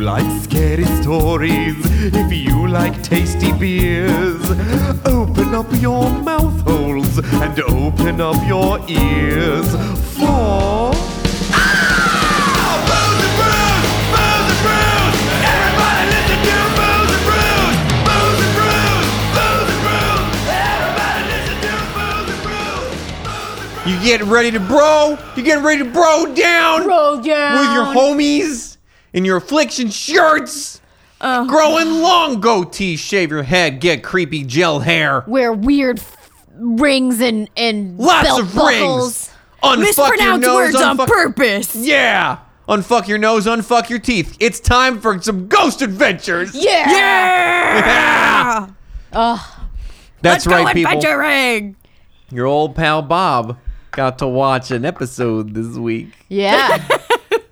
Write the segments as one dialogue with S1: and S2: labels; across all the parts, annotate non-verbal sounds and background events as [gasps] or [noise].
S1: like scary stories, if you like tasty beers, open up your mouth holes and open up your ears for. Ah!
S2: You getting ready to bro? You getting ready to bro down?
S3: Roll down.
S2: with your homies in your affliction shirts.
S3: Uh,
S2: growing long goatee, shave your head, get creepy gel hair.
S3: Wear weird f- rings and and
S2: Lots
S3: belt
S2: of
S3: buckles.
S2: rings. Unfuck your
S3: Mispronounce
S2: nose,
S3: words on
S2: unfuck-
S3: purpose.
S2: Yeah. Unfuck your nose, unfuck your teeth. It's time for some ghost adventures.
S3: Yeah.
S2: [laughs] Yeah. That's right, people.
S4: adventuring.
S2: Your old pal Bob got to watch an episode this week. [laughs]
S3: Yeah.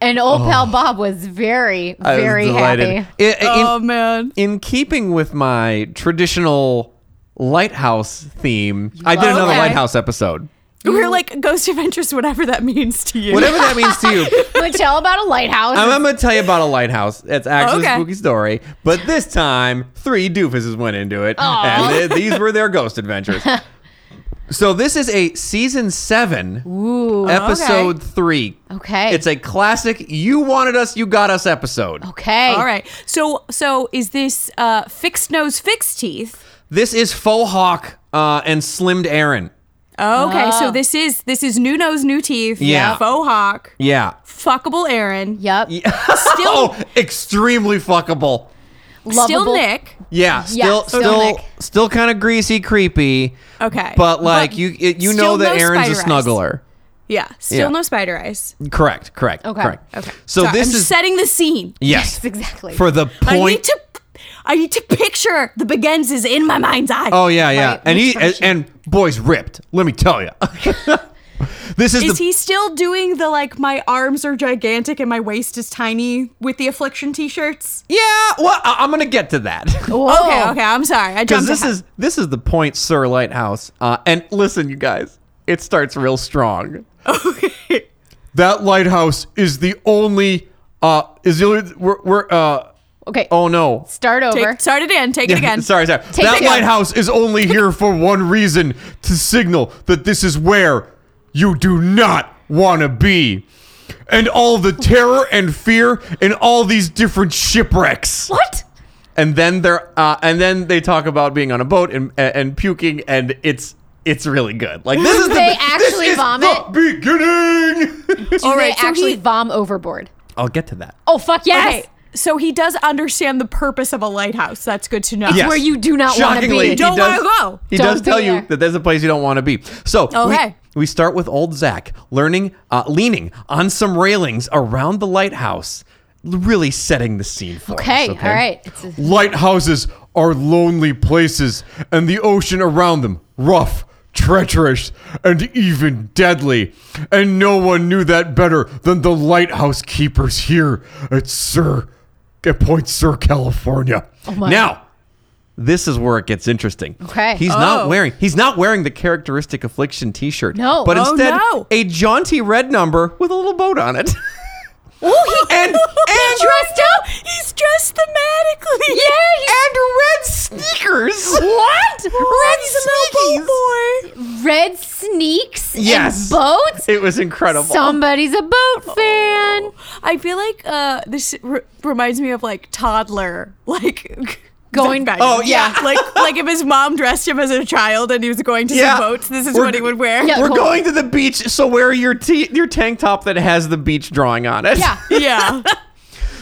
S3: and old pal
S2: Oh.
S3: Bob was very,
S2: I was
S3: very
S2: delighted.
S3: happy.
S2: I- I- in-
S4: Oh man.
S2: in keeping with my traditional lighthouse theme, I did
S3: love-
S2: another
S4: Okay.
S2: lighthouse episode.
S4: [laughs] We're like ghost adventures, whatever that means to you.
S2: Whatever that means
S3: [laughs]
S2: to you.
S3: [laughs] But tell about a lighthouse.
S2: I'm, I'm gonna tell you about a lighthouse. It's actually
S4: Okay.
S2: a spooky story, but this time three doofuses went into it,
S3: Aw.
S2: and th- these were their ghost
S3: [laughs]
S2: adventures. so this is a season seven,
S3: Ooh.
S2: episode three.
S3: Okay.
S2: it's a classic. You wanted us, you got us episode.
S3: okay.
S4: All right. So so is this uh fixed nose, fixed teeth?
S2: This is faux hawk uh, and slimmed Aaron.
S4: Oh, okay.
S3: Oh.
S4: So this is this is new nose, new teeth.
S2: Yeah.
S4: Faux hawk.
S2: Yeah.
S4: Fuckable Aaron.
S3: Yep.
S4: Still
S2: Oh, extremely fuckable.
S3: [laughs] Lovable.
S4: still Nick.
S2: Yeah, still,
S3: still
S2: still,
S3: Nick.
S2: still kind of greasy, creepy.
S4: Okay.
S2: But like you, it, you know
S4: still
S2: that
S4: no
S2: Aaron's a
S4: spider eyes.
S2: snuggler.
S4: Yeah. Still
S2: Yeah.
S4: no spider eyes.
S2: Correct, correct.
S3: Okay.
S2: Correct.
S4: Okay.
S2: So
S4: Sorry,
S2: this
S4: I'm [laughs]
S2: is
S4: setting the scene.
S2: yes,
S3: exactly.
S2: for the
S4: I need
S2: point.
S4: to I need to picture the Begenzes in my mind's eye.
S2: oh yeah, yeah.
S3: Right,
S2: and
S3: which
S2: he and,
S3: version?
S2: and boy's ripped. Let me tell you. [laughs] this is,
S4: Is
S2: the
S4: he still doing the like my arms are gigantic and my waist is tiny with the affliction t-shirts?
S2: yeah. Well, I, I'm gonna get to that.
S3: Whoa.
S4: Okay, okay, Oh, I'm sorry. I
S2: because
S4: jumped
S2: this
S4: ahead. [laughs]
S2: is this is the point, Sir Lighthouse. Uh, and listen, you guys, it starts real strong. Okay. That lighthouse is the only. Uh, is the only we're, we're uh.
S3: Okay.
S2: Oh no.
S3: Start over.
S4: Take, start it in. Take it
S2: [laughs]
S4: again.
S2: sorry, sorry.
S3: Take
S2: that
S3: it again.
S2: lighthouse is only
S3: [laughs]
S2: here for one reason to signal that this is where you do not want to be. And all the terror and fear and all these different shipwrecks.
S3: what?
S2: And then they're uh, and then they talk about being on a boat and and puking and it's it's really good. Like this is the,
S3: They
S2: this
S3: actually
S2: is
S3: vomit?
S2: the
S3: [laughs]
S2: beginning. [laughs]
S3: Do
S4: All
S3: they
S4: right, so
S3: actually
S4: he-
S3: vom overboard?
S2: I'll get to that.
S3: Oh fuck yes. [laughs]
S4: Okay. So he does understand the purpose of a lighthouse. That's good to know.
S2: Yes.
S3: where you do not wanna
S2: Shockingly,
S3: be.
S2: he
S4: Don't
S2: does-
S4: wanna go.
S2: He
S3: Don't
S2: does
S3: be
S2: tell you
S3: there.
S2: that there's a place you don't want to be. So we-
S4: Okay.
S2: we, start with old Zach learning, uh, leaning on some railings around the lighthouse, really setting the scene for
S3: Okay,
S2: us.
S3: all right. It's a-
S2: Lighthouses are lonely places, and the ocean around them rough, treacherous, and even deadly. And no one knew that better than the lighthouse keepers here at Sir at Point Sir, California.
S3: my.
S2: Now, this is where it gets interesting.
S3: Okay.
S2: He's not
S4: Oh.
S2: wearing he's not wearing the characteristic affliction t-shirt.
S3: No.
S2: But
S3: Oh,
S2: instead
S4: no.
S2: a jaunty red number with a little boat on it. [laughs]
S4: Oh, [laughs] he
S2: And- and-
S4: dressed up. He's dressed thematically.
S2: and red sneakers.
S3: What?
S2: Red
S4: Little
S2: sneakers.
S4: boy.
S3: Red sneaks.
S2: Yes.
S3: And boats.
S2: It was incredible. Oh.
S3: Somebody's a boat fan.
S4: [laughs] I feel like uh, this re- reminds me of like toddler, [laughs] like
S3: Going-
S4: back.
S2: Oh, yeah.
S4: like like if his mom dressed him as a child and he was going to
S2: Yeah.
S4: some boats, this is
S2: We're-
S4: what he would wear.
S3: Yeah.
S2: We're
S3: cool.
S2: going to the beach, so wear your t- your tank top that has the beach drawing on it.
S3: Yeah.
S4: yeah.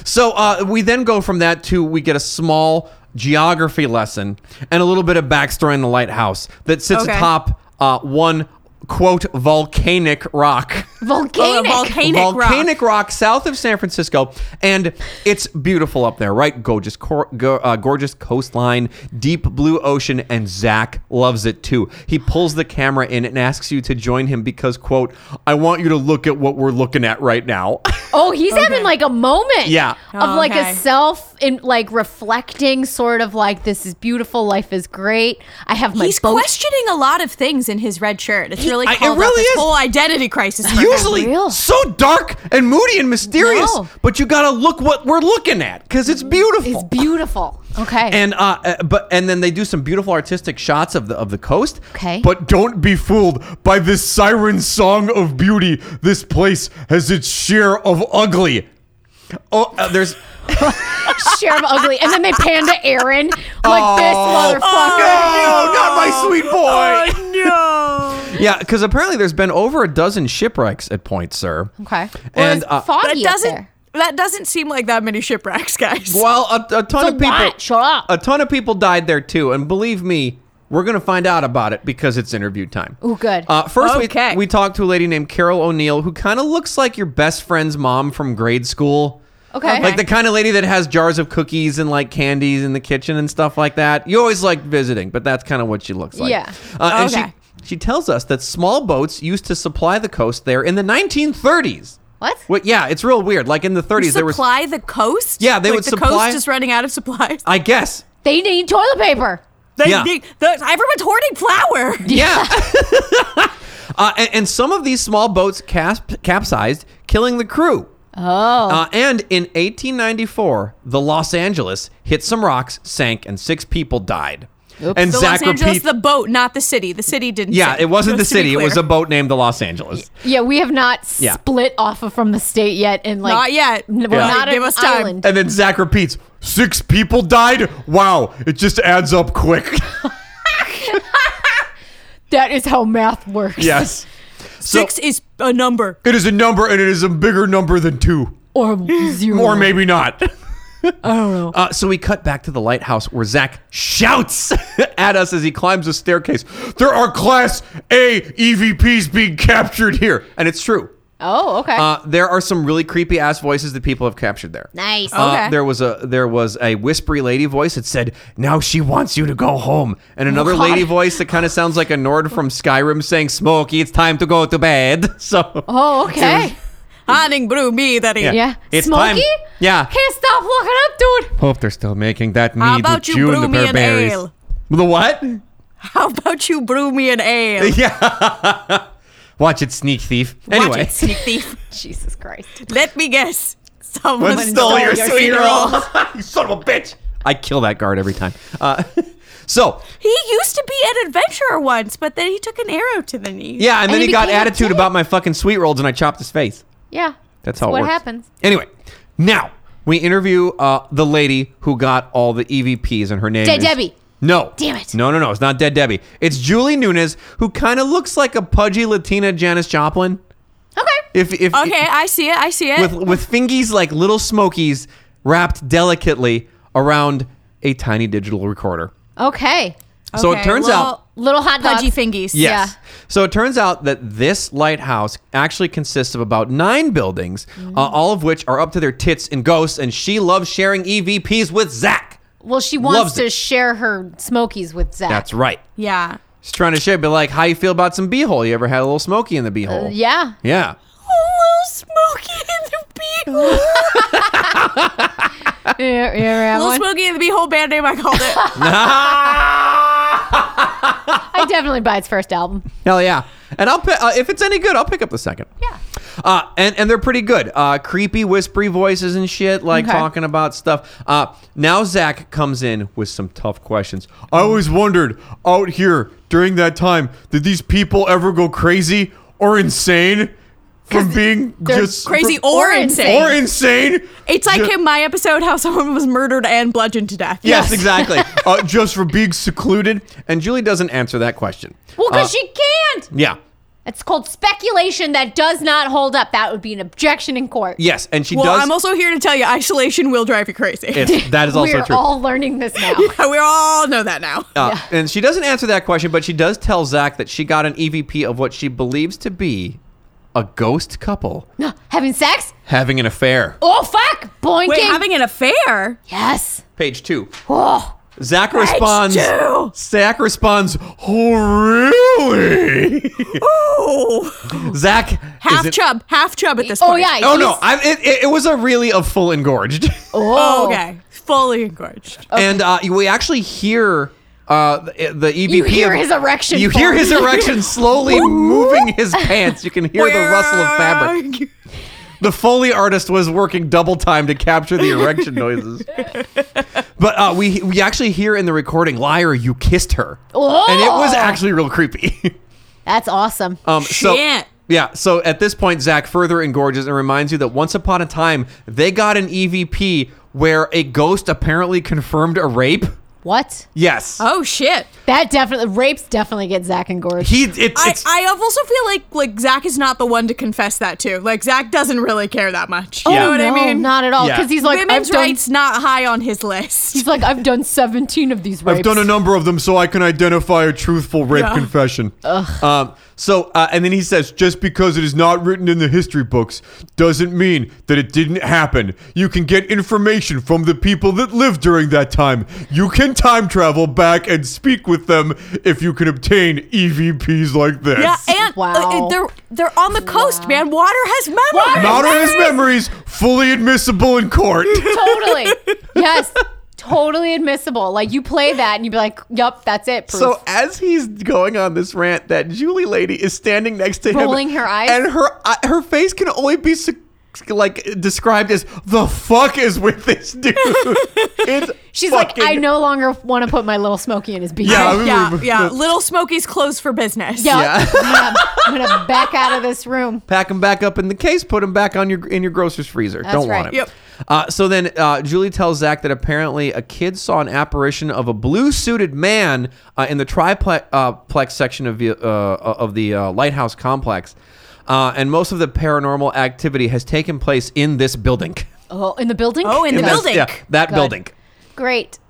S2: So uh, we then go from that to we get a small geography lesson and a little bit of backstory on the lighthouse that sits
S4: Okay.
S2: atop uh, one quote volcanic rock.
S4: Oh,
S3: Volcanic.
S4: a volcanic, rock.
S2: volcanic rock. south of San Francisco, and it's beautiful up there, right? Gorgeous, cor- go, uh, gorgeous coastline, deep blue ocean, and Zach loves it too. He pulls the camera in and asks you to join him because, quote, "I want you to look at what we're looking at right now." [laughs]
S3: Oh, he's having like a moment.
S2: Yeah.
S3: Of like
S4: Okay.
S3: a self in like reflecting sort of like this is beautiful, life is great. I have my
S4: He's
S3: boat.
S4: questioning a lot of things in his red shirt. It's really
S2: I- it
S4: called up
S2: really
S4: his
S2: is.
S4: whole identity crisis. for
S2: you [laughs] usually
S3: real.
S2: so dark and moody and mysterious,
S3: No.
S2: but you gotta look what we're looking at because it's beautiful.
S3: It's beautiful. Okay. [laughs]
S2: and uh, uh, but and then they do some beautiful artistic shots of the of the coast.
S3: Okay.
S1: But don't be fooled by this siren song of beauty. This place has its share of ugly.
S2: oh, uh, there's
S3: Sheriff Ugly. And then they pan to Aaron. Like [laughs]
S2: Oh.
S3: this motherfucker.
S2: no, not my sweet
S3: [laughs]
S2: boy.
S4: Oh no.
S2: Yeah, because apparently there's been over a dozen shipwrecks at Point Sir.
S3: Okay. Well,
S2: And,
S3: it's
S2: uh,
S3: foggy
S4: That
S3: up
S4: doesn't
S3: there.
S4: that doesn't seem like that many shipwrecks, guys.
S2: Well, a, a ton
S3: So
S2: of people.
S3: what? Shut up.
S2: A ton of people died there too, and believe me, we're gonna find out about it because it's interview time.
S3: Ooh, good.
S2: Uh, first,
S4: Okay.
S2: we we talked to a lady named Carol O'Neill, who kind of looks like your best friend's mom from grade school.
S3: Okay.
S2: Like the kind of lady that has jars of cookies and like candies in the kitchen and stuff like that. You always like visiting, but that's kind of what she looks like.
S3: Yeah.
S2: Uh, and
S4: Okay.
S2: she, she tells us that small boats used to supply the coast there in the 1930s.
S3: What?
S2: Well, yeah, it's real weird. Like in the 30s, there was.
S4: supply the coast?
S2: Yeah, they
S4: like
S2: would
S4: the
S2: supply-
S4: coast is running out of supplies. [laughs]
S2: I guess.
S3: They need toilet paper.
S4: They,
S2: Yeah.
S4: they- the- everyone's
S2: [laughs]
S4: hoarding flour.
S2: Yeah.
S4: [laughs]
S2: uh, and, and some of these small boats casp- capsized, killing the crew.
S3: Oh.
S2: Uh, and in 1894, the Los Angeles hit some rocks, sank, and six people died. And
S4: The
S2: Zach
S4: Los Angeles,
S2: repeats.
S4: the boat, not the city. The city didn't.
S2: yeah,
S4: sink,
S2: it wasn't the
S4: just to be
S2: city. It was a
S4: clear.
S2: boat named the Los Angeles.
S3: yeah, we have not
S2: Yeah.
S3: split off of from the state yet. And like,
S4: Not yet.
S3: N- We're
S4: Yeah.
S3: not
S4: Give
S3: an
S4: us time.
S3: island.
S1: And then Zach repeats, six people died? Wow, it just adds up quick.
S2: [laughs]
S3: That is how math works.
S1: yes. So,
S4: [laughs] six is
S2: [laughs]
S4: a number.
S1: It is a number and it is a bigger number than two.
S3: [laughs] Or zero.
S4: Hmm.
S1: Or maybe
S4: [laughs]
S1: not.
S3: I don't know.
S2: Uh, so we cut back to the lighthouse where Zach shouts [laughs] at us as he climbs a staircase.
S1: There are Class A
S2: E
S1: EVPs being captured here.
S2: And it's true.
S3: oh, okay.
S2: Uh, there are some really creepy ass voices that people have captured there.
S3: nice.
S2: Uh,
S4: Okay.
S2: there was a there was a whispery lady voice that said, "Now she wants you to go home,"
S4: Oh,
S2: and another
S3: God.
S2: lady voice that kind of sounds like a Nord from Skyrim saying, "Smokey, it's time to go to bed." [laughs] So,
S3: oh, okay.
S4: Hanning brew me that he.
S3: Yeah.
S2: uh, It's
S3: Smoky?
S2: time. Yeah.
S3: Can't stop looking up, dude.
S2: hope they're still making that mead
S4: How about you brew me an
S2: Burberrys.
S4: ale?
S2: The what?
S4: How about you brew me
S2: [laughs]
S4: an ale?
S2: Watch it, sneak thief.
S4: Watch
S2: Anyway,
S4: it,
S2: [laughs]
S4: sneak thief.
S3: Jesus Christ.
S4: Let me guess. Someone
S1: One stole your sweet roll.
S2: [laughs]
S4: [laughs] rolls.
S1: you son of a bitch.
S2: I kill that guard every time. Uh, [laughs] so
S4: He used to be an adventurer once, but then he took an arrow to the knee.
S2: yeah, and, then
S3: he
S2: he got
S3: became a
S2: attitude
S3: dick.
S2: about my fucking sweet rolls, and I chopped his face.
S3: Yeah.
S2: That's how it
S3: what
S2: works.
S3: happens.
S2: Anyway, now we interview uh, the lady who got all the EVPs, and her name
S3: Dead
S2: is
S3: Debbie.
S2: No,
S3: Damn it.
S2: No, no, no. It's not Dead Debbie. It's Julie Nunez, who kind of looks like a pudgy Latina Janis Joplin.
S3: Okay.
S2: If if
S4: Okay, I see it. I see it.
S2: with with fingies like little smokies wrapped delicately around a tiny digital recorder.
S3: Okay.
S2: so it
S4: Okay,
S2: turns
S4: well,
S2: out
S3: Little hot dogs.
S4: pudgy fingies.
S2: Yes. So it turns out that this lighthouse actually consists of about nine buildings,
S4: Mm.
S2: uh, all of which are up to their tits in ghosts, and she loves sharing EVPs with Zach.
S3: Well, she
S2: Loves
S3: wants to
S2: it.
S3: share her smokies with Zach.
S2: That's right.
S4: Yeah.
S2: She's trying to share, be like, how you feel about some beehole? You ever had a little smoky in the
S4: Uh,
S2: beehole?
S3: yeah.
S2: Yeah.
S4: Oh, little Smokey and the Beehole.
S3: [laughs] Yeah, yeah,
S4: little Smokey and the Beehole band name, I called
S2: [laughs]
S4: it. [laughs]
S3: I definitely buy its first album.
S2: Hell yeah. And I'll pick, uh, if it's any good, I'll pick up the second.
S3: Yeah.
S2: Uh, and and they're pretty good. Uh, creepy, whispery voices and shit, like
S3: Okay.
S2: talking about stuff. Uh, now Zach comes in with some tough questions.
S1: I always wondered out here during that time did these people ever go crazy or insane from being
S3: they're
S1: just
S4: Crazy
S1: or,
S4: or
S3: Or
S4: insane.
S3: insane.
S1: insane?
S4: It's like
S1: Ju-
S4: in my episode how someone was murdered and bludgeoned to death.
S2: Yes, exactly.
S1: uh, just for being secluded.
S2: and Julie doesn't answer that question.
S3: Well, because
S2: Uh,
S3: she can't.
S2: yeah.
S3: It's called speculation that does not hold up. That would be an objection in court.
S2: Yes, and she
S4: Well,
S2: does.
S4: I'm also here to tell you, isolation will drive you
S3: [laughs]
S4: crazy.
S2: it's, that is also
S3: We're
S2: true.
S3: all learning this
S2: [laughs]
S3: now.
S4: [laughs] we all know that now.
S2: Uh, And she doesn't answer that question, but she does tell Zach that she got an EVP of what she believes to be a ghost couple
S3: having sex?
S2: having an affair.
S3: Oh, fuck. Boinking.
S4: Wait, having an affair?
S3: yes.
S2: Page two.
S3: Oh.
S2: Zach responds.
S4: two.
S2: Zach responds.
S1: Oh, really?
S4: Oh,
S2: [laughs] Zach
S4: half
S2: isn't-
S4: chub, half chub at this
S3: Oh,
S4: point.
S3: yeah.
S2: Oh no!
S3: he's-
S2: I, it, it, it was a really a full engorged,
S3: Oh.
S4: Oh, okay, fully engorged.
S2: and uh, we actually hear Uh, the, the EVP.
S3: You hear
S2: of-
S3: his erection
S2: You hear his
S3: fall.
S2: erection
S3: [laughs]
S2: slowly moving his pants. You can hear the rustle of fabric. The Foley artist was working double time to capture the
S4: [laughs]
S2: erection noises. But uh, we we actually hear in the recording, "Liar, you kissed her," and it was
S3: Oh.
S2: actually real creepy. [laughs]
S3: That's awesome.
S2: Um, so
S4: Shit.
S2: yeah, so at this point, Zach further engorges and reminds you that once upon a time they got an EVP where a ghost apparently confirmed a rape.
S3: what?
S2: Yes,
S4: Oh shit!
S3: That definitely rapes definitely get Zach and Gorge.
S2: he it's,
S4: I,
S2: it's
S4: I also feel like like Zach is not the one to confess that to. Like Zach doesn't really care that much. You
S2: Yeah.
S4: know what I
S3: Oh, no,
S4: mean?
S3: not at all.
S2: Yeah.
S3: Because he's like,
S4: Women's
S3: I've done,
S4: rights not high on his
S3: [laughs]
S4: list.
S3: He's like, I've done 17 of these rapes.
S2: I've done a number of them so I can identify a truthful rape confession. Um, so, uh, and then he says, just because it is not written in the history books doesn't mean that it didn't happen. You can get information from the people that lived during that time. You can time travel back and speak with them if you can obtain EVPs like this.
S4: Yeah, and uh,
S3: Wow.
S4: they're they're on the coast, man. Water has memories.
S2: Not all his memories fully admissible in court. [laughs]
S3: totally. Yes. Totally admissible. Like you play that and you'd be like, Yup, that's it. Proof.
S2: So as he's going on this rant, that Julie lady is standing next to him,
S3: Rolling her eyes?
S2: and her eye- her face can only be se- like described as the fuck is with this dude.
S3: [laughs]
S2: it's
S3: She's
S2: fucking-
S3: like, I no longer want to put my little Smokey in his beak.
S2: Yeah, I
S3: Yup.
S2: mean-
S4: yeah, yeah. Little Smokey's closed for business.
S2: Yeah.
S3: I'm, gonna, [laughs] I'm gonna back out of this room.
S2: Pack him back up in the case. Put him back on your in your grocer's freezer. Don't want
S3: right.
S2: him.
S4: Yep.
S2: Uh, so then uh, Julie tells Zach that apparently a kid saw an apparition of a blue suited man uh, in the triplex uh, plex section of the, uh, of the uh, lighthouse complex. Uh, and most of the paranormal activity has taken place in this building. [laughs]
S3: Oh, in the building?
S4: Oh, in the
S2: That's-
S4: building.
S2: Yeah, that
S3: Good.
S2: building.
S3: Great.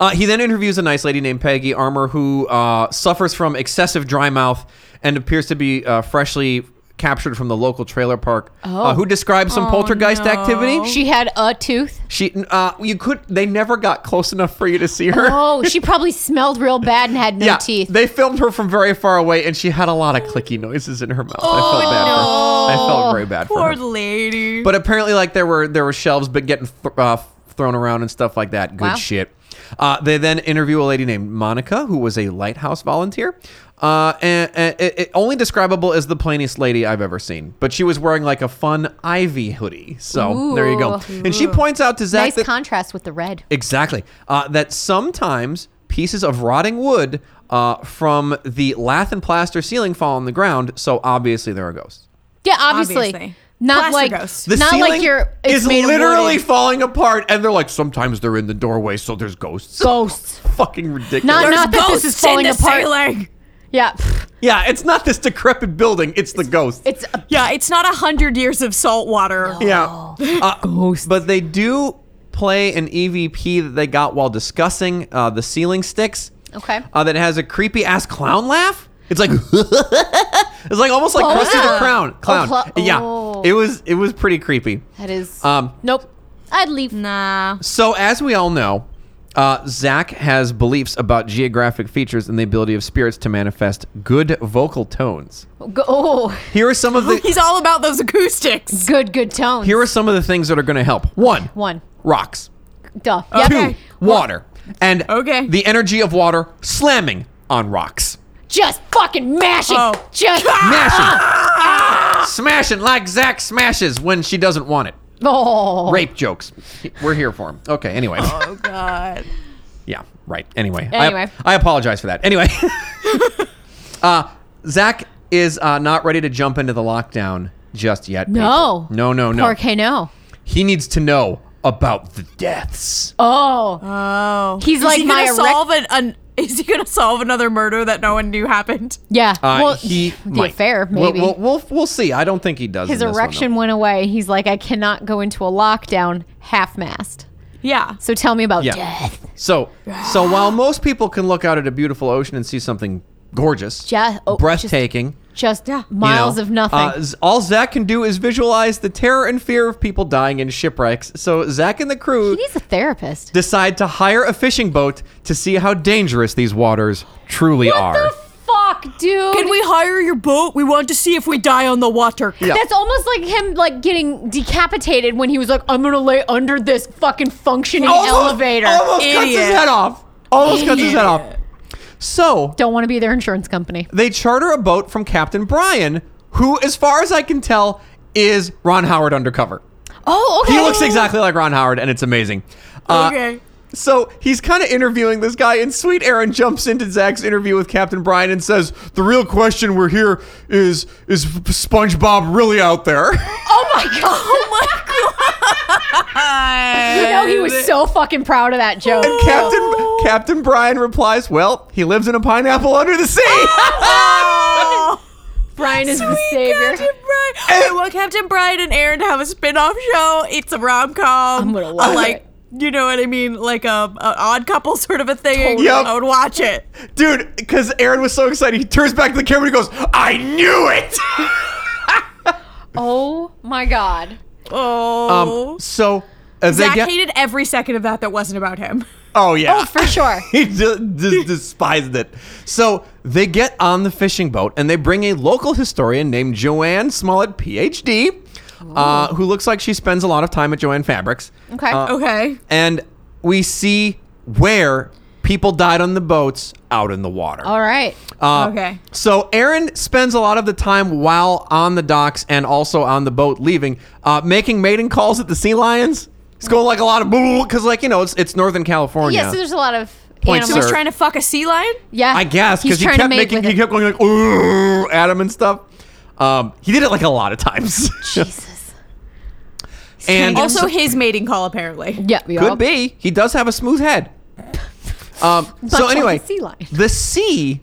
S2: Uh, he then interviews a nice lady named Peggy Armour who uh, suffers from excessive dry mouth and appears to be uh, freshly captured from the local trailer park. Uh,
S3: Oh.
S2: who describes some poltergeist
S4: Oh.
S2: activity? She,
S3: She had a tooth.
S2: she uh, you could. They never got close enough for you to see her.
S3: Oh, she
S4: [laughs]
S3: probably smelled real bad and had no
S2: yeah,
S3: teeth.
S2: they filmed her from very far away, and she had a lot of clicky noises in her mouth. I felt bad. For, I felt very bad for
S4: Poor
S2: her.
S4: lady.
S2: But apparently, like there were there were shelves, but getting th- uh, thrown around and stuff like that. Good
S3: Wow.
S2: shit. Uh, they then interview a lady named Monica, who was a lighthouse volunteer, uh, and, and it, it- only describable as the plainest lady I've ever seen. But she was wearing like a fun ivy hoodie, so there you go.
S3: Ooh.
S2: And she points out to Zach
S3: nice
S2: that
S3: contrast with the red.
S2: Exactly. Uh, that sometimes pieces of rotting wood uh, from the lath and plaster ceiling fall on the ground, so obviously there are ghosts.
S3: Yeah, obviously.
S4: Obviously.
S3: Not
S4: Plaster
S3: like
S4: ghost.
S2: The
S3: not
S2: ceiling
S3: like you're it's
S2: is
S3: made of
S2: literally
S3: wooden-
S2: falling apart, and they're like, sometimes they're in the doorway, so there's ghosts.
S3: ghosts.
S2: Fucking ridiculous.
S3: Not-
S4: There's
S3: not that this
S4: ghosts
S3: is falling
S4: in the
S3: apart.
S4: ceiling.
S3: Yeah. pff,
S2: yeah, it's not this decrepit building; it's the ghosts.
S3: It's a
S4: Yeah, it's not a hundred years of salt water.
S2: Yeah. Uh, But they do play an EVP that they got while discussing uh, the ceiling sticks.
S3: Okay.
S2: Uh, that has a creepy ass clown laugh. It's like [laughs] it's like almost like
S3: Oh,
S2: Krusty
S3: yeah.
S2: the Crown clown.
S3: cla-
S2: Yeah.
S3: oh.
S2: It was it was pretty creepy.
S3: that is
S2: Um,
S3: Nope. I'd leave.
S4: Nah.
S2: So as we all know, uh, Zach has beliefs about geographic features and the ability of spirits to manifest good vocal tones.
S3: Go, oh,
S2: Here are some of
S4: [laughs]
S2: the
S4: He's all about those acoustics.
S3: good, good tone.
S2: here are some of the things that are going to help. One,
S3: One.
S2: rocks.
S3: Duh. Yep.
S2: Oh. Two, water. And
S4: Okay.
S2: the energy of water slamming on rocks.
S3: Just fucking mashing.
S4: Oh.
S3: Just.
S2: Smashing. smashing like Zach smashes when she doesn't want it.
S3: Oh.
S2: Rape jokes. We're here for him. Okay, anyway.
S4: Oh god.
S2: Yeah, right. Anyway. I-
S3: Anyway.
S2: I, apologize for that. Anyway. [laughs] uh, Zach is uh, not ready to jump into the lockdown just yet.
S3: No.
S2: people. No, no, no.
S3: Porque no.
S2: He needs to know about the deaths.
S3: Oh.
S4: Oh.
S3: He's
S4: is
S3: like
S4: he
S3: my
S4: gonna
S3: erect-
S4: solve an, an [laughs] is he gonna solve another murder that no one knew happened?
S3: yeah.
S2: Uh,
S3: well,
S2: he
S3: the
S2: might.
S3: affair,
S2: We'll-
S3: maybe.
S2: We'll, we'll, we'll see. I don't think he does.
S3: His
S2: in this one,
S3: erection went away. He's like, I cannot go into a lockdown half mast.
S4: Yeah.
S3: So tell me about
S2: Yeah.
S3: death.
S2: though. So, so while most people can look out at a beautiful ocean and see something gorgeous,
S3: Yeah, oh, just-
S2: breathtaking, you
S3: Just
S4: Yeah.
S3: miles
S2: know,
S3: of nothing.
S2: uh, Z- all Zach can do is visualize the terror and fear of people dying in shipwrecks. So Zach and the crew
S3: he needs a therapist.
S2: decide to hire a fishing boat to see how dangerous these waters truly
S3: what
S2: are.
S3: the fuck, dude?
S4: Can we hire your boat? We want to see if we die on the water.
S2: Yeah.
S3: That's almost like him like getting decapitated when he was like, I'm gonna lay under this fucking functioning
S2: Almost-
S3: elevator.
S2: almost cuts his
S4: Idiot.
S2: head off. Almost cuts his head off. So
S3: Don't want to be their insurance company.
S2: they charter a boat from Captain Brian, who, as far as I can tell, is Ron Howard undercover.
S3: Oh, okay.
S2: He looks exactly like Ron Howard, and it's amazing. Uh,
S4: Okay.
S2: So he's kind of interviewing this guy, and sweet Aaron jumps into Zach's interview with Captain Brian and says, "The real question we're here is is SpongeBob really out there?" [laughs]
S3: Oh my god. you know he was so fucking proud of
S2: [laughs]
S3: that joke.
S2: and Captain Captain Brian replies, "Well, he lives in a pineapple under the sea." [laughs]
S3: Ah!
S4: [laughs]
S3: Brian is the
S4: Sweet
S3: savior.
S4: Captain Brian. I want Captain Brian and Aaron to have a spin-off show. It's a rom-com.
S3: I'm gonna love
S4: A, like,
S3: it.
S4: You know what I mean? Like a, a odd couple [laughs] sort of a thing.
S3: Totally.
S2: Yep.
S4: I would watch it.
S2: Dude, because Aaron was so excited, he turns back to the camera and he goes, "I knew it."
S3: Oh my god.
S2: Um,
S4: Oh.
S2: so uh, they
S4: Zach
S2: get-
S4: hated every second of that that wasn't about him. [laughs]
S2: Oh yeah.
S3: Oh, for sure.
S2: [laughs] he just, despised it. So they get on the fishing boat and they bring a local historian named Joanne Smollett, PhD, uh, who looks like she spends a lot of time at Joanne Fabrics.
S3: Oh. Okay. Oh.
S2: Uh,
S4: Okay.
S2: And we see where people died on the boats out in the water.
S3: All right.
S2: Uh,
S4: Okay.
S2: So Aaron spends a lot of the time while on the docks and also on the boat leaving, uh, making mating calls at the sea lions. It's going like a lot of boo because, like you know, it's it's Northern California.
S3: Yeah, so there's a lot of
S2: Oh, Point
S4: He was
S2: sir.
S3: animals.
S4: trying to fuck a sea lion?
S3: Yeah. [laughs]
S2: I guess
S3: He's
S2: because he
S3: trying
S2: kept
S3: to mate
S2: making
S3: with
S2: he
S3: it.
S2: kept going like "Ooh," at him and stuff. Um, he did it like a lot of times. [laughs]
S3: Jesus.
S2: and
S3: trying to
S4: Also his mating call,
S2: [laughs]
S4: apparently.
S3: Yeah, we all-
S2: could be he does have a smooth head.
S3: [laughs]
S2: Um, so
S3: like
S2: anyway,
S3: a sea lion.
S2: the sea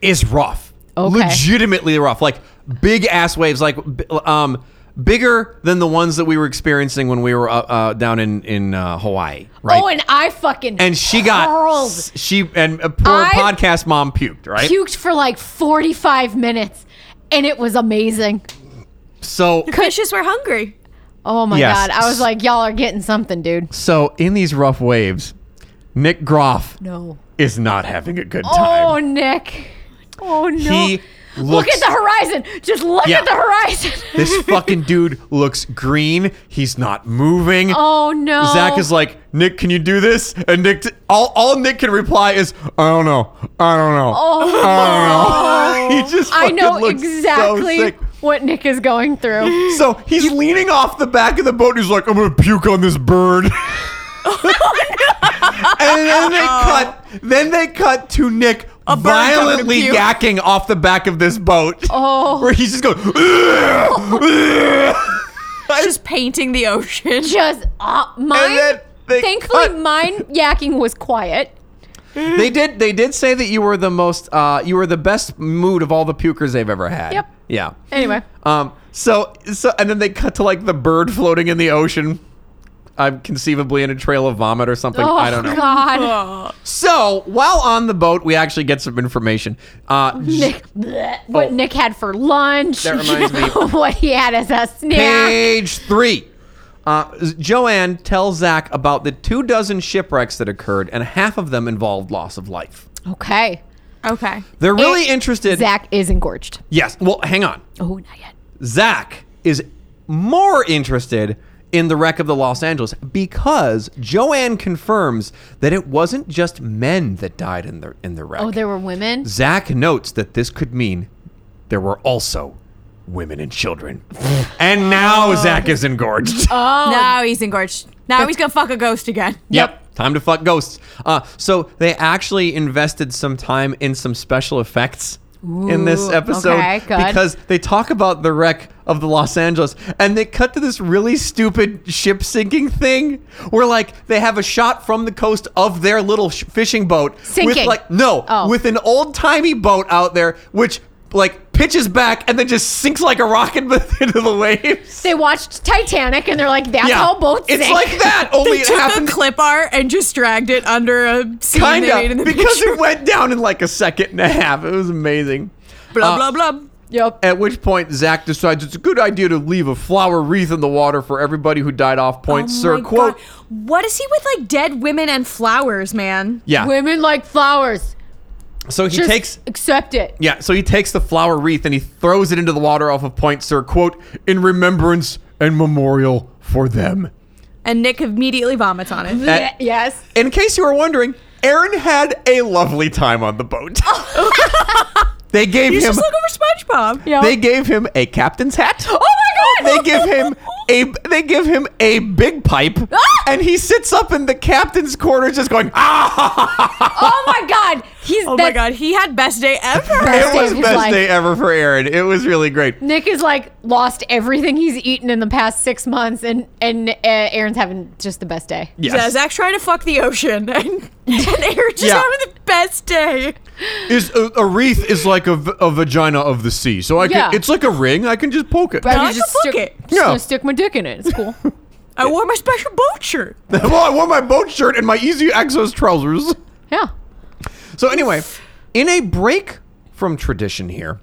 S2: is rough,
S3: Okay.
S2: legitimately rough, like big ass waves, like b- um, bigger than the ones that we were experiencing when we were uh, uh, down in in uh, Hawaii. Right?
S3: Oh, and I fucking
S2: and she got
S3: hurled.
S2: she and a poor
S3: I
S2: podcast mom puked right.
S3: puked for like 45 minutes and it was amazing.
S2: So
S4: Fishes were hungry.
S3: Oh my
S2: Yes.
S3: god. I was like y'all are getting something, dude.
S2: So in these rough waves, Nick Groff
S3: No.
S2: is not having a good
S3: Oh,
S2: time.
S3: Nick. Oh no.
S2: He
S3: Look
S2: looks-
S3: at the horizon. Just look
S2: Yeah.
S3: at the horizon. [laughs]
S2: This fucking dude looks green. He's not moving.
S3: Oh no.
S2: Zach is like, Nick, can you do this? And Nick, t- all, all Nick can reply is, I don't know. I don't know. I don't know. [laughs] he just
S3: Oh, I
S2: fucking
S3: know
S2: looks so
S3: exactly
S2: sick.
S3: what Nick is going
S2: [laughs]
S3: through.
S2: So he's leaning off the back of the boat. And he's like, I'm gonna puke on this bird. and then they cut. Then they cut to Nick
S4: bird coming to
S2: violently
S4: puke.
S2: yakking off the back of this boat.
S3: Oh.
S2: where he's just going. [laughs]
S4: Just painting the
S2: [laughs]
S4: ocean.
S3: Just uh,
S2: And
S3: mine.
S2: then they
S3: Thankfully,
S2: cut.
S3: mine yakking was quiet.
S2: they did. They did say that you were the most. Uh, you were the best mood of all the pukers they've ever had.
S3: Yep.
S2: Yeah.
S3: Anyway,
S2: Um. So so, and then they cut to like the bird floating in the ocean. I'm conceivably in a trail of vomit or something.
S3: oh
S2: I don't know.
S3: God,
S4: Oh.
S2: So while on the boat, we actually get some information.
S3: [laughs]
S2: Uh, J-
S3: Nick, bleh, what
S2: Oh.
S3: Nick had for lunch,
S2: That reminds me.
S3: [laughs] what he had as a snack.
S2: page three. Uh, Z- Joanne tells Zach about the two dozen shipwrecks that occurred, and half of them involved loss of life.
S3: Okay,
S4: Okay.
S2: They're really
S3: It-
S2: interested.
S3: Zach is engorged.
S2: Yes. Well, hang on.
S3: Oh, not yet.
S2: Zach is more interested in the wreck of the Los Angeles because Joanne confirms that it wasn't just men that died in the in the wreck.
S3: Oh, there were women.
S2: Zach notes that this could mean there were also women and children. and now Zach is engorged.
S4: Now he's engorged. Now he's gonna fuck a
S2: [laughs]
S4: ghost again.
S2: Yep. Time to fuck ghosts. Uh, so they actually invested some time in some special effects in this
S3: Ooh,
S2: episode
S3: okay, good.
S2: because they talk about the wreck of the Los Angeles and they cut to this really stupid ship sinking thing where like they have a shot from the coast of their little sh- fishing boat with
S3: Sinking.
S2: like no
S3: Oh.
S2: with an old-timey boat out there which like pitches back and then just sinks like a rocket [laughs] into the waves.
S3: They watched Titanic and they're like, "That's how boats
S2: it's
S3: sink."
S2: like
S3: [laughs]
S2: that only
S4: They
S2: it
S4: took
S2: happened
S4: a clip art and just dragged it under a scene
S2: kind
S4: they made in
S2: of
S4: the
S2: because
S4: picture.
S2: it went down in like a second and a half. It was amazing.
S4: blah
S2: Uh,
S4: blah blah.
S3: Yep.
S2: At which point Zach decides it's a good idea to leave a flower wreath in the water for everybody who died off. Point, sir.
S4: Oh my God.
S2: Quote.
S4: What is he with like dead women and flowers, man?
S2: Yeah.
S3: Women like flowers.
S2: so he
S3: Just
S2: takes.
S3: accept it.
S2: Yeah. So he takes the flower wreath and he throws it into the water off of Point Sir. Quote in remembrance and memorial for them.
S4: And Nick immediately vomits on it.
S2: At-
S3: yes.
S2: In case you were wondering, Aaron had a lovely time on the
S4: [laughs]
S2: boat. they gave
S4: You
S2: him
S4: just look over SpongeBob.
S3: Yeah.
S2: they gave him a captain's hat. Oh [laughs]
S3: [laughs]
S4: my God!
S2: They give him a they give him a big pipe,
S3: Ah!
S2: and he sits up in the captain's quarters, just going ah.
S3: Oh my god, he's
S4: Oh my
S3: that's-
S4: god, he had best day ever.
S3: Best
S2: It
S3: day
S2: was
S3: of his
S2: best
S3: life.
S2: day ever for Aaron. It was really great.
S3: Nick is like lost everything he's eaten in the past six months, and and uh, Aaron's having just the best day.
S2: Yes,
S4: Yeah, Zach trying to fuck the ocean, [laughs] and, and Aaron just
S2: Yeah.
S4: having the best day.
S2: is a, a wreath is like a, v- a vagina of the sea. So I
S3: Yeah.
S2: can it's like a ring. I can just poke it.
S3: I'm
S4: I
S3: gonna
S4: can
S3: just
S4: book
S3: stick,
S4: it.
S3: Just
S2: Yeah.
S3: gonna stick my dick in it. It's cool.
S4: I wore my special boat shirt.
S2: [laughs] well, I wore my boat shirt and my Easy Exos trousers. [laughs]
S3: yeah.
S2: So anyway, in a break from tradition here,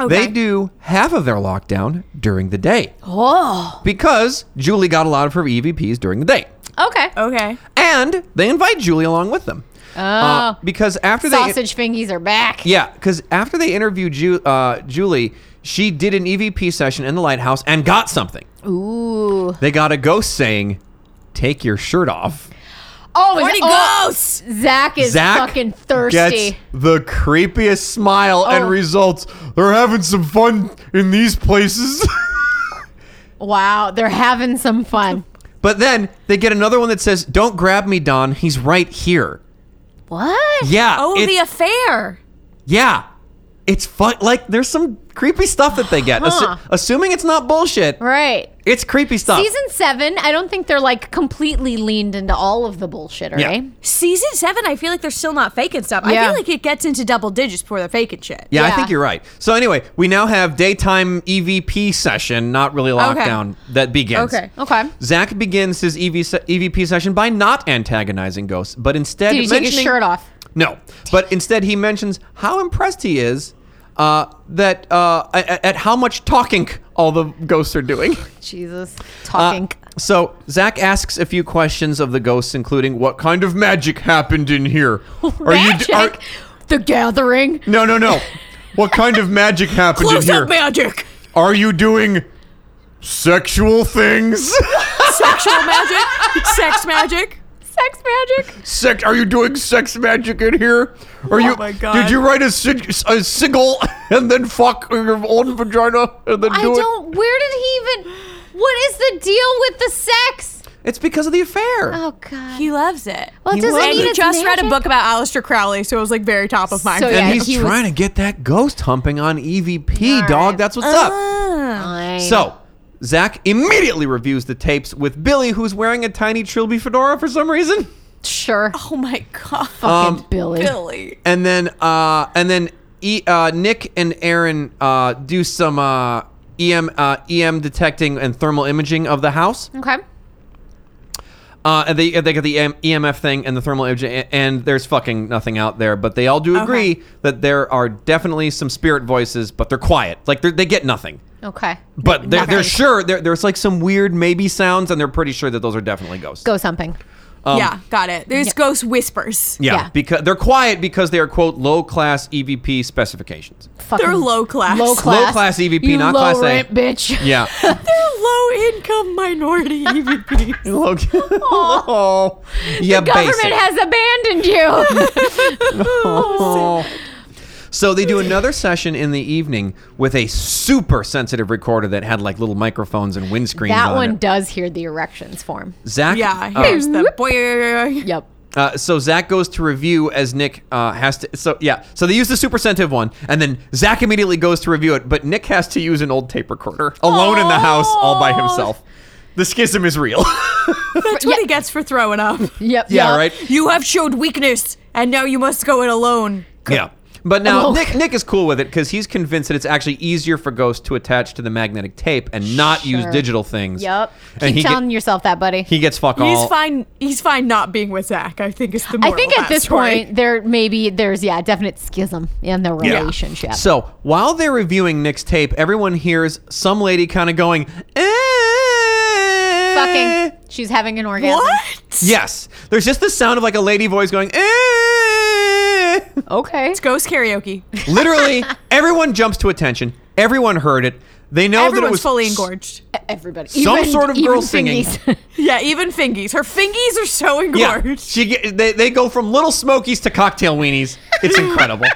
S4: Okay.
S2: they do half of their lockdown during the day
S3: Oh.
S2: because Julie got a lot of her EVPs during the day,
S3: Okay.
S4: Okay.
S2: and they invite Julie along with them. Oh, because after they
S3: Sausage fingies are back.
S2: Yeah, because after they interviewed Ju- uh, Julie, she did an EVP session in the lighthouse and got something.
S3: Ooh.
S2: They got a ghost saying, "Take your shirt off."
S3: Oh,
S4: Party
S3: is, oh
S4: ghosts!
S3: Zach is
S2: Zach
S3: fucking thirsty.
S2: gets the creepiest smile
S3: Oh.
S2: and results. They're having some fun in these places. [laughs]
S3: Wow, they're having some fun.
S2: but then they get another one that says, "Don't grab me, Don. He's right here."
S3: [laughs] What?
S2: Yeah.
S4: Oh,
S2: Ah, it-
S4: the affair.
S2: yeah. It's fun. Like there's some creepy stuff that they get. Assu-
S3: Huh.
S2: assuming it's not bullshit,
S3: Right.
S2: it's creepy stuff.
S3: Season seven, I don't think they're like completely leaned into all of the bullshit,
S2: Yeah.
S3: right?
S4: Season seven, I feel like they're still not faking stuff. I
S3: Yeah.
S4: feel like it gets into double digits before they're faking shit.
S2: Yeah, I
S3: Yeah.
S2: think you're right. So anyway, we now have daytime EVP session, not really lockdown, that begins.
S4: Okay.
S3: Okay.
S2: Zach begins his EV se- EVP session by not antagonizing ghosts, but instead
S3: Did he take his
S2: mentioning-
S3: shirt off?
S2: No, but instead he mentions how impressed he is uh, that uh, at, at how much talking all the ghosts are doing. [laughs]
S3: Jesus.
S2: Uh,
S3: Talking.
S2: [laughs] so Zach asks a few questions of the ghosts, including what kind of magic happened in
S3: [laughs]
S2: here. Are
S3: Magic.
S2: d- are-
S3: the gathering.
S2: no, no, no. What kind of magic happened
S4: Close up magic.
S2: Are you doing sexual
S3: [laughs]
S2: things?
S4: [laughs] Sexual [laughs] magic. Sex magic.
S3: Sex magic.
S2: Sex? Are you doing sex magic in here? Are
S3: Oh
S2: you?
S4: my God.
S2: Did you write a, sig- a single [laughs] and then fuck your own vagina and then
S3: I
S2: do it?
S3: don't. Where did he even. What is the deal with the sex?
S2: It's because of the affair.
S3: Oh, God.
S4: He loves it.
S3: well,
S2: he
S3: it doesn't
S2: was-
S4: And
S3: mean
S4: he
S3: it's
S4: just read a
S3: magic.
S4: book about Aleister Crowley, so it was like very top of mind.
S3: So,
S4: for
S3: yeah,
S4: him.
S2: and he's
S3: he was-
S2: trying to get that ghost humping on EVP,
S3: All
S2: dog.
S3: right.
S2: That's what's up.
S4: Ah.
S3: Fine.
S2: So. Zach immediately reviews the tapes with Billy, who's wearing a tiny trilby fedora for some reason.
S3: Sure.
S4: Oh my god. [laughs]
S2: um,
S3: Fucking Billy.
S4: Billy.
S2: and then uh, and then e, uh, Nick and Aaron uh, do some uh, EM uh, EM detecting and thermal imaging of the house.
S3: Okay.
S2: Uh, and they they get the EM, EMF thing and the thermal imaging, and there's fucking nothing out there. But they all do agree that there are definitely some spirit voices, but they're quiet. Like they're, they get nothing.
S3: Okay.
S2: But they're, they're
S3: Nothing.
S2: sure there there's like some weird maybe sounds, and they're pretty sure that those are definitely ghosts.
S3: Go something.
S4: yeah, got it. There's ghost whispers.
S2: yeah,
S3: yeah.
S2: because they're quiet because they are quote low class EVP specifications.
S3: Fucking
S4: They're low class.
S3: Low class.
S2: class EVP,
S3: you
S2: not
S3: low
S2: class A.
S3: rent, bitch. [laughs]
S2: Yeah.
S4: [laughs] They're low income [laughs] minority EVPs.
S2: Look. [laughs] Oh. Yeah,
S3: Government has abandoned
S2: [laughs]
S3: you.
S2: So they do another session in the evening with a super sensitive recorder that had like little microphones and windscreens
S3: that
S2: on
S3: one
S2: it.
S3: does hear the erections form.
S2: Zach.
S4: Yeah,
S2: uh,
S4: here's the boy.
S3: Yep.
S2: uh, so Zach goes to review as Nick uh, has to. So yeah. So they use the super sensitive one, and then Zach immediately goes to review it, but Nick has to use an old tape recorder alone in the house, all by himself. The schism is real. [laughs]
S4: That's what he gets for throwing up. [laughs]
S3: Yep.
S2: yeah.
S3: yep.
S2: Right.
S4: You have showed weakness, and now you must go it alone.
S2: Yeah. But now
S3: Oh. [laughs]
S2: Nick Nick is cool with it because he's convinced that it's actually easier for ghosts to attach to the magnetic tape and not use
S3: Sure.
S2: digital things.
S3: Yep.
S2: And he,
S3: Keep telling
S2: get-
S3: yourself that, buddy.
S2: he gets fuck all.
S4: He's fine. He's fine not being with Zach. I think it's the.
S3: I
S4: moral
S3: think
S4: of
S3: at
S4: that
S3: this
S4: story.
S3: point there maybe there's yeah definite schism in their
S2: Yeah.
S3: relationship.
S2: So while they're reviewing Nick's tape, everyone hears some lady kind of going, "Eh."
S3: Fucking, she's having an orgasm.
S4: what?
S2: Yes. There's just the sound of like a lady voice going, "Eh."
S3: Okay.
S4: Ghost karaoke.
S2: Oh,
S3: [laughs]
S2: Literally, everyone jumps to attention Everyone heard it. They know that it
S4: Everyone's
S2: was
S4: fully
S2: s-
S4: engorged.
S3: Everybody.
S2: Some sort of girl singing.
S3: thingies.
S4: Yeah, even fingies. Her fingies are so
S2: Yeah,
S4: engorged.
S2: she ge- they, they go from little smokies to cocktail weenies. It's
S3: [laughs]
S2: incredible.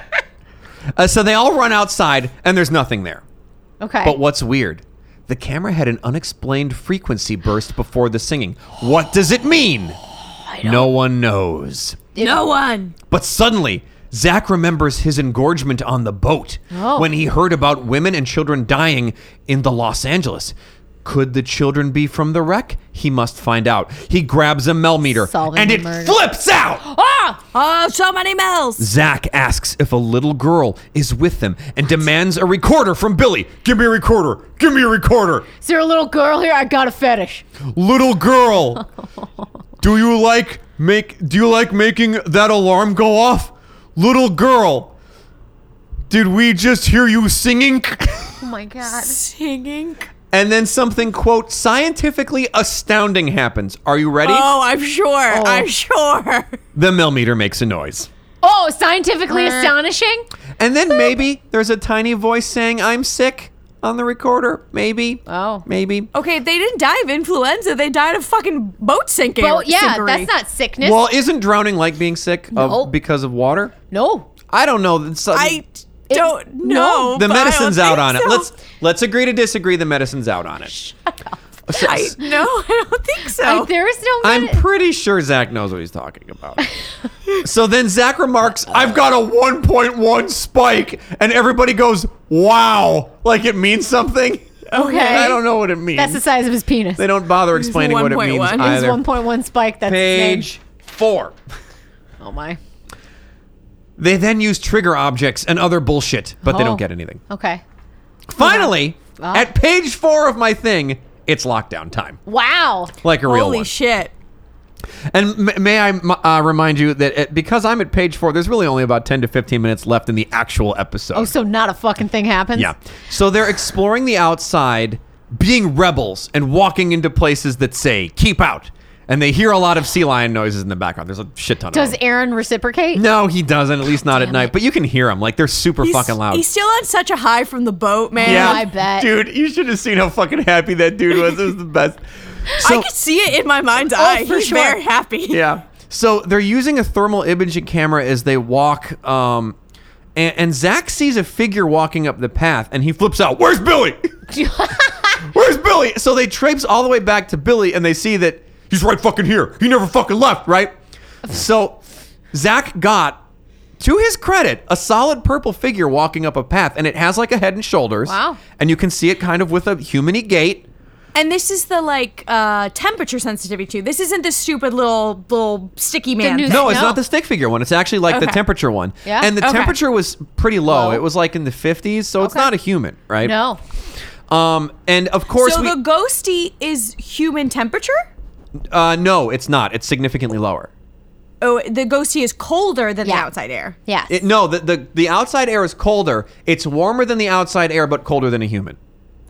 S2: uh, so they all run outside, and there's nothing there.
S3: [laughs] okay.
S2: But what's weird? The camera had an unexplained frequency burst before the singing. What does it
S3: [gasps]
S2: mean? No one knows.
S4: No one.
S2: But suddenly, Zach remembers his engorgement on the boat
S3: Oh.
S2: when he heard about women and children dying in the Los Angeles. Could the children be from the wreck? He must find out. He grabs a mel meter
S3: Solving
S2: and
S3: the
S2: it
S3: murder.
S2: flips
S3: [gasps]
S2: out. [gasps]
S3: Ah!
S4: Oh, so many Mel's.
S2: Zach asks if a little girl is with them and demands a recorder from Billy. Give me a recorder. Give me a recorder.
S3: Is there a little girl here? I got a fetish.
S2: Little girl, do you like make do you like making that alarm go off? Little girl, did we just hear you singing? [laughs]
S3: Oh my god.
S4: Singing.
S2: and then something quote scientifically astounding happens. Are you ready?
S4: Oh, I'm sure. I'm sure. [laughs]
S2: The millimeter makes a noise.
S3: Oh, scientifically astonishing.
S2: And then maybe there's a tiny voice saying I'm sick on the recorder. Maybe.
S3: Oh.
S2: Maybe.
S4: Okay, they didn't die of influenza. They died of fucking boat sinking.
S3: Well, yeah,
S4: sinkery.
S3: that's not sickness.
S2: Well, isn't drowning like being sick of,
S3: No.
S2: because of water?
S3: no.
S2: I don't know. It's-
S4: I don't know.
S2: the
S4: but I don't
S2: medicine's out
S4: think
S2: on it.
S4: so.
S2: Let's let's agree to disagree. The medicine's out on it. [laughs] So-
S4: I [laughs] no, I don't think so.
S3: I- there is no.
S2: I'm
S3: medi-
S2: pretty sure Zach knows what he's talking about.
S4: [laughs]
S2: so then Zach remarks, "I've got a 1.1 spike," and everybody goes, "Wow!" Like it means something.
S3: Okay.
S2: I don't know what it means.
S3: That's the size of his penis.
S2: they don't bother explaining what it means
S4: 1.1. It's
S2: either.
S3: It's 1.1 spike. That's
S2: Page four.
S3: His name. Oh my.
S2: They then use trigger objects and other bullshit, but they
S3: Oh.
S2: don't get anything.
S3: Okay.
S2: Finally,
S3: Well.
S2: at page four of my thing, it's lockdown time,
S3: Wow.
S2: like a real
S4: Holy
S2: one.
S4: shit!
S2: And m- may I m- uh, remind you that uh because I'm at page four, there's really only about 10 to 15 minutes left in the actual episode.
S3: Oh, so not a fucking thing happens.
S2: yeah. So they're exploring the outside, being rebels, and walking into places that say, keep out. And they hear a lot of sea lion noises in the background. There's a shit ton of
S3: Does
S2: them.
S3: Aaron reciprocate?
S2: no, he doesn't, at least not at night. But you can hear them. Like, they're super
S4: He's,
S2: fucking loud.
S4: He's still on such a high from the boat, man.
S2: yeah.
S3: I bet.
S2: Dude, you should have seen how fucking happy that dude was. It was the best. So,
S4: I could see it in my mind's eye.
S3: for
S4: He's
S3: sure.
S4: very happy.
S2: Yeah. So they're using a thermal imaging camera as they walk. Um, and, and Zach sees a figure walking up the path and he flips out. Where's Billy? Where's Billy? So they traipse all the way back to Billy and they see that he's right fucking here. He never fucking left, right? So Zach got, to his credit, a solid purple figure walking up a path and it has like a head and shoulders.
S3: Wow.
S2: And you can see it kind of with a human y gait.
S4: And this is the like uh temperature sensitivity too. This isn't this stupid little little sticky man.
S3: new
S4: thing.
S2: No, it's
S3: No.
S2: not the stick figure one. It's actually like the
S4: Okay.
S2: temperature one.
S3: Yeah?
S2: And the
S4: Okay.
S2: temperature was pretty low.
S3: Low.
S2: It was like in the 50s, so it's
S3: Okay.
S2: not a human, right?
S3: [laughs] No.
S2: Um, and of course,
S4: so
S2: we,
S4: the ghosty is human temperature.
S2: uh, no, it's not. It's significantly lower.
S4: Oh, the ghosty is colder than the
S3: Yeah.
S4: outside air.
S3: Yes.
S2: It, no, the, the the outside air is colder. It's warmer than the outside air, but colder than a human.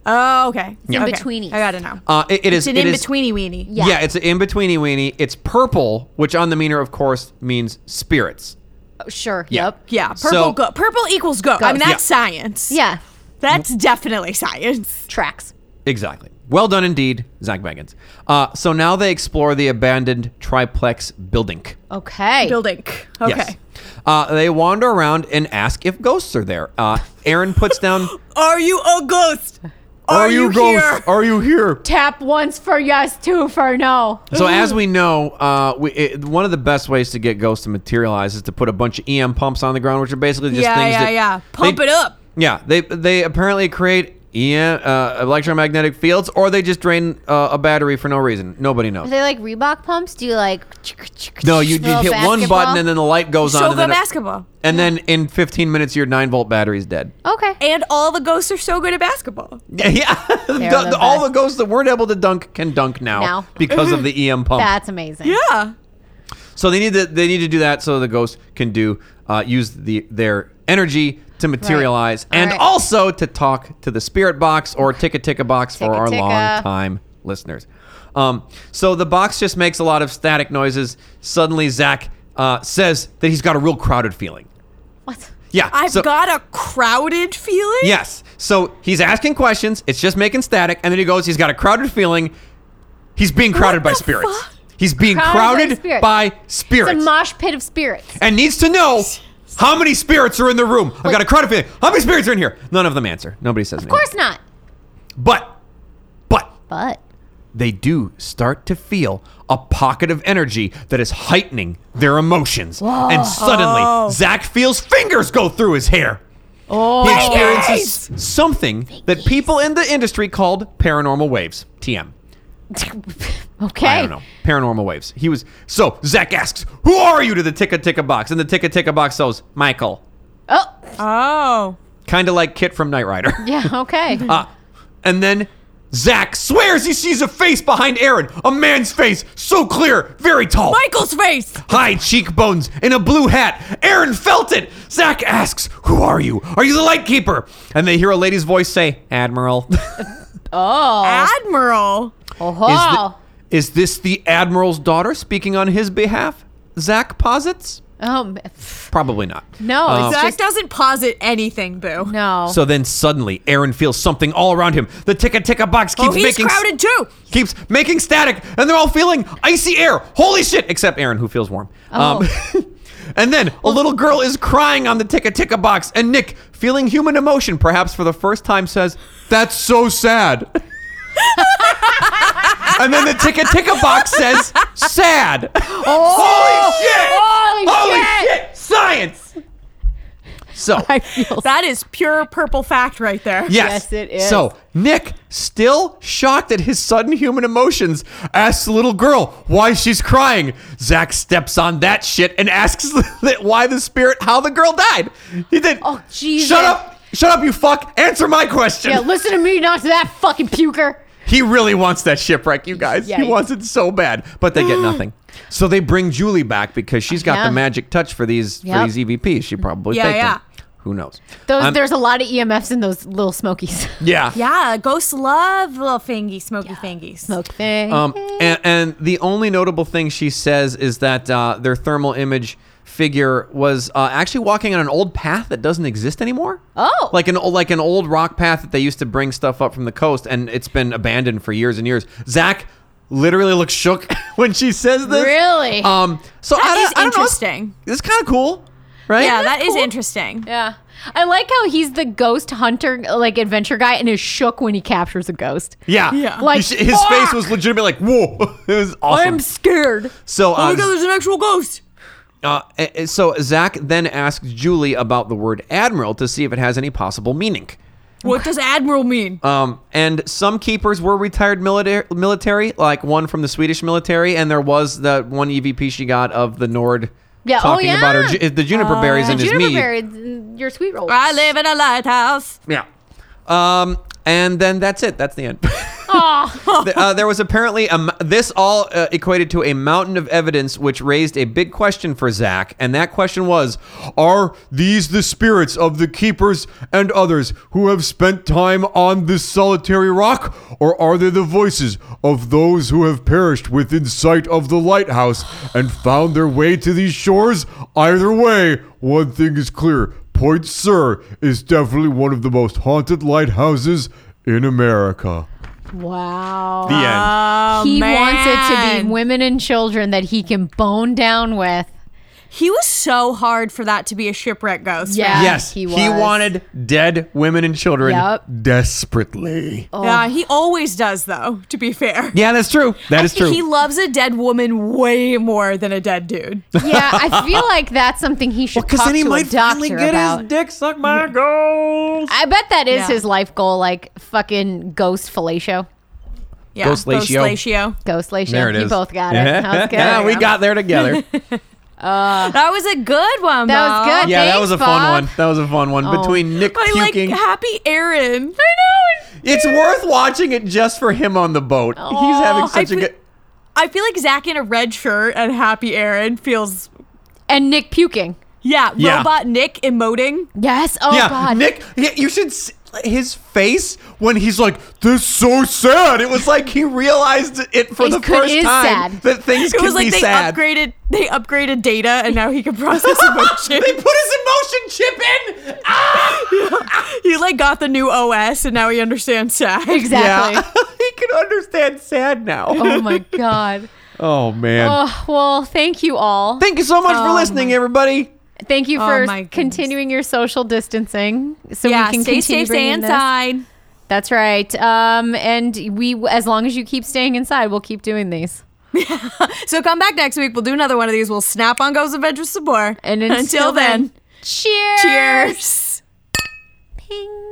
S4: Oh, okay.
S3: Yeah.
S4: Okay.
S3: In-betweenies.
S4: I gotta know.
S2: Uh, it, it is.
S4: it's an
S2: it
S4: in
S2: is-
S4: betweeny weenie.
S2: Yeah. it's an in betweeny weenie. It's purple, which on the meter, of course, means spirits.
S3: Oh, sure.
S2: Yeah.
S3: Yep.
S4: Yeah, purple
S2: So-
S4: go- purple equals go. I
S3: Ghost.
S4: mean that's
S2: Yeah.
S4: science.
S3: Yeah.
S4: That's definitely science.
S3: Tracks.
S2: Exactly. Well done indeed, Zach Baggins. Uh, so now they explore the abandoned triplex building.
S3: Okay.
S4: Building. Okay.
S2: Yes. Uh, they wander around and ask if ghosts are there. Uh, Aaron puts
S4: [laughs]
S2: down,
S4: Are you a ghost? Are, here?
S2: Are you here?"
S3: Tap once for yes, two for no.
S2: So as we know, uh, we, it, one of the best ways to get ghosts to materialize is to put a bunch of EM pumps on the ground, which are basically just
S4: Yeah,
S2: things
S4: yeah,
S2: that
S4: yeah.
S2: they-
S4: Pump it up.
S2: Yeah, they they apparently create EM uh, electromagnetic fields, or they just drain uh, a battery for no reason. Nobody knows.
S5: Are they like Reebok pumps? Do you like?
S2: No, you, you
S5: Little
S2: hit one button
S5: basketball?
S2: and then the light goes on.
S4: So
S2: and then
S4: good
S2: it-
S4: basketball.
S2: and then in 15 minutes, your 9 volt battery's dead.
S5: Okay.
S4: And all the ghosts are so good at basketball.
S2: [laughs] Yeah, The-
S3: They're the
S2: all the
S3: best.
S2: ghosts that weren't able to dunk can dunk now,
S3: Now.
S2: because
S3: [laughs]
S2: of the EM pump.
S3: That's amazing.
S4: Yeah.
S2: So they need to they need to do that so the ghosts can do uh, use the their energy to materialize
S3: All
S2: and
S3: right.
S2: also to talk to the spirit box or tick a tick a box for our
S3: Ticka-ticka.
S2: long time listeners. Um, so the box just makes a lot of static noises. Suddenly, Zach uh, says that he's got a real crowded feeling.
S3: What?
S2: Yeah,
S4: I've
S2: so-
S4: got a crowded feeling.
S2: Yes. So he's asking questions. It's just making static, and then he goes. He's got a crowded feeling. He's being crowded by
S4: the
S2: spirits.
S4: fuck?
S2: He's being crowded,
S3: Crowded by
S2: by spirits,
S3: It's a mosh pit of spirits.
S2: and needs to know how many spirits are in the room. I've got a crowded feeling. How many spirits are in here? None of them answer. Nobody says.
S3: Of course not.
S2: But, but
S5: But
S2: they do start to feel a pocket of energy that is heightening their emotions. And suddenly, Zach feels fingers go through his hair. Oh, he experiences something that people in the industry called paranormal waves. TM.
S3: [laughs] Okay.
S2: I don't know. Paranormal waves. He was so Zach asks, "Who are you?" to the ticka ticka box, and the ticka ticka box says, "Michael."
S3: Oh,
S4: Oh.
S2: Kind of like Kit from Knight Rider.
S3: yeah. Okay.
S2: [laughs] Uh, and then Zach swears he sees a face behind Aaron. A man's face, so clear, very tall.
S4: Michael's face.
S2: High cheekbones in a blue hat. Aaron felt it. Zach asks, Who are you? Are you the lightkeeper? And they hear a lady's voice say, Admiral. is, thi-
S4: Oh. Admiral.
S3: oh.
S2: is this the Admiral's daughter speaking on his behalf? Zach posits?
S3: um. pff,
S2: Probably not.
S3: No. it's
S4: Zach
S3: just-
S4: doesn't posit anything, boo.
S3: no.
S2: So then suddenly, Aaron feels something all around him. The ticka ticka box keeps
S4: Oh, he's
S2: making.
S4: crowded too.
S2: keeps making static, and they're all feeling icy air. Holy shit! Except Aaron, who feels warm. Um, [laughs] and then a little girl is crying on the ticka ticka box, and Nick, feeling human emotion, perhaps for the first time, says, "That's so sad." [laughs] and then the ticka ticka box says, "Sad." Holy shit!
S3: Holy shit!
S2: shit! Science. So
S3: [laughs] I feel
S4: That is pure purple fact right there.
S2: Yes.
S3: Yes, it is.
S2: So Nick, still shocked at his sudden human emotions, asks the little girl why she's crying. Zach steps on that shit and asks [laughs] that why the spirit, how the girl died. He did.
S3: Oh, Jesus.
S2: Shut up! Shut up, you fuck! Answer my question.
S3: Yeah, listen to me, not to that fucking puker.
S2: He really wants that shipwreck, you guys. He
S3: Yikes.
S2: wants it so bad, but
S3: [gasps]
S2: they get nothing. So they bring Julie back because she's got
S3: Yeah.
S2: the magic touch for these
S3: Yep.
S2: for these EVPs. She probably
S4: Yeah,
S2: faked
S4: yeah.
S2: them. Who knows?
S3: Those,
S2: I'm-
S3: there's a lot of EMFs in those little smokies. [laughs]
S2: yeah.
S4: Yeah, ghosts love little fingy, smoky fingies.
S3: Smoke thing.
S2: Um, and, and the only notable thing she says is that uh, their thermal image figure was uh, actually walking on an old path that doesn't exist anymore.
S3: Oh.
S2: like an old like an old rock path that they used to bring stuff up from the coast, and it's been abandoned for years and years. Zach literally looks shook [laughs] when she says this.
S3: Really?
S2: Um, so I
S4: That
S2: don't,
S4: is
S2: I don't know. It's-
S4: interesting.
S2: It's kind of cool, right?
S4: Yeah, that is
S3: cool.
S4: interesting.
S3: yeah. I like how he's the ghost hunter, like adventure guy, and is shook when he captures a ghost.
S2: yeah.
S4: Yeah.
S2: You
S3: Like,
S2: sh- his face was legitimately like whoa. [laughs] it was awesome.
S3: scared.
S2: so uh,
S4: there's an actual ghost.
S2: Uh, a- a- so Zach then asks Julie about the word admiral to see if it has any possible meaning.
S4: What does admiral mean?
S2: Um, and some keepers were retired military, military, like one from the Swedish military, and there was the one EVP she got of the Nord
S3: Yeah, oh,
S2: talking about her
S3: yeah. Uh,
S2: ju- the juniper berries and his
S3: Juniper
S2: mead.
S3: berry, mm, your sweet roll.
S4: I live in a lighthouse.
S2: Yeah. Um, and then that's it. That's the end. [laughs]
S3: Oh,
S2: Th- uh, there was apparently a, m- this all uh, equated to a mountain of evidence, which raised a big question for Zach. And that question was: Are these the spirits of the keepers and others who have spent time on this solitary rock, or are they the voices of those who have perished within sight of the lighthouse and found their way to these shores? Either way, one thing is clear: Point Sur is definitely one of the most haunted lighthouses in America.
S3: Wow.
S2: The end.
S4: Oh,
S3: he wants it to
S4: man.
S3: be women and children that he can bone down with.
S4: He was so hard for that to be a shipwreck ghost.
S3: Yeah.
S4: man.
S2: Yes, he,
S3: he was.
S2: wanted dead women and children
S3: Yep.
S2: desperately.
S3: Oh.
S4: Yeah, he always does though, to be fair.
S2: Yeah, that's true. That is
S4: He loves a dead woman way more than a
S2: [laughs]
S4: dead dude.
S3: Yeah, I feel like that's something he should
S2: Because
S3: talk
S2: then he
S3: to
S2: might
S3: a
S2: finally
S3: doctor
S2: get
S3: about.
S2: his dick sucked by a ghost.
S3: I bet that is
S4: Yeah.
S3: his life goal, like fucking ghost fellatio.
S4: Yeah.
S2: Ghost Latio.
S4: Latio.
S3: Ghost fellatio. You both got it. That
S2: [laughs]
S3: was good.
S2: yeah, we got there
S3: [laughs]
S2: together.
S4: That was a good one.
S3: That was
S4: Bob.
S3: good.
S2: yeah, that
S3: Thanks,
S2: was a fun
S3: Bob.
S2: one. That was a fun one
S3: Oh.
S2: between Nick
S4: I like
S2: puking.
S4: happy Aaron.
S2: it's worth watching it just for him on the boat. He's
S3: Oh,
S2: having
S4: I
S2: such a
S4: fe-
S2: good.
S4: I feel like Zach in a red shirt and happy Aaron feels
S3: And Nick puking.
S4: yeah,
S2: Yeah.
S4: robot Nick emoting.
S3: Yes. Oh
S2: yeah,
S3: God.
S2: Nick, yeah, you should. s- his face when he's like, "This is so sad." It was like he realized it for
S3: It
S2: the
S3: could-
S2: first
S3: is
S2: time
S3: sad.
S2: that things
S4: It
S2: can
S4: was
S2: be
S4: like they
S2: sad. [laughs]
S4: upgraded they upgraded data and now he can process
S2: they
S4: emotion.
S2: put his emotion chip in.
S4: he like got the new OS and now he understands sad.
S3: Exactly.
S2: [laughs] Yeah, he can understand sad now.
S3: oh my god.
S2: Oh man.
S3: Oh, well, thank you all.
S2: Thank you so much for
S4: Oh,
S2: listening, everybody.
S3: Thank you for
S4: my goodness.
S3: continuing your social distancing, so
S4: Yeah,
S3: we can
S4: stay
S3: continue
S4: safe, stay
S3: bringing this.
S4: inside.
S3: That's right. Um, and we, as long as you keep staying inside, we'll keep doing these.
S4: So come back next week. We'll do another one of these. We'll snap on Goes Adventure with Sabor.
S3: And
S4: until,
S3: until
S4: then,
S3: then, Cheers.
S4: cheers.
S3: Ping.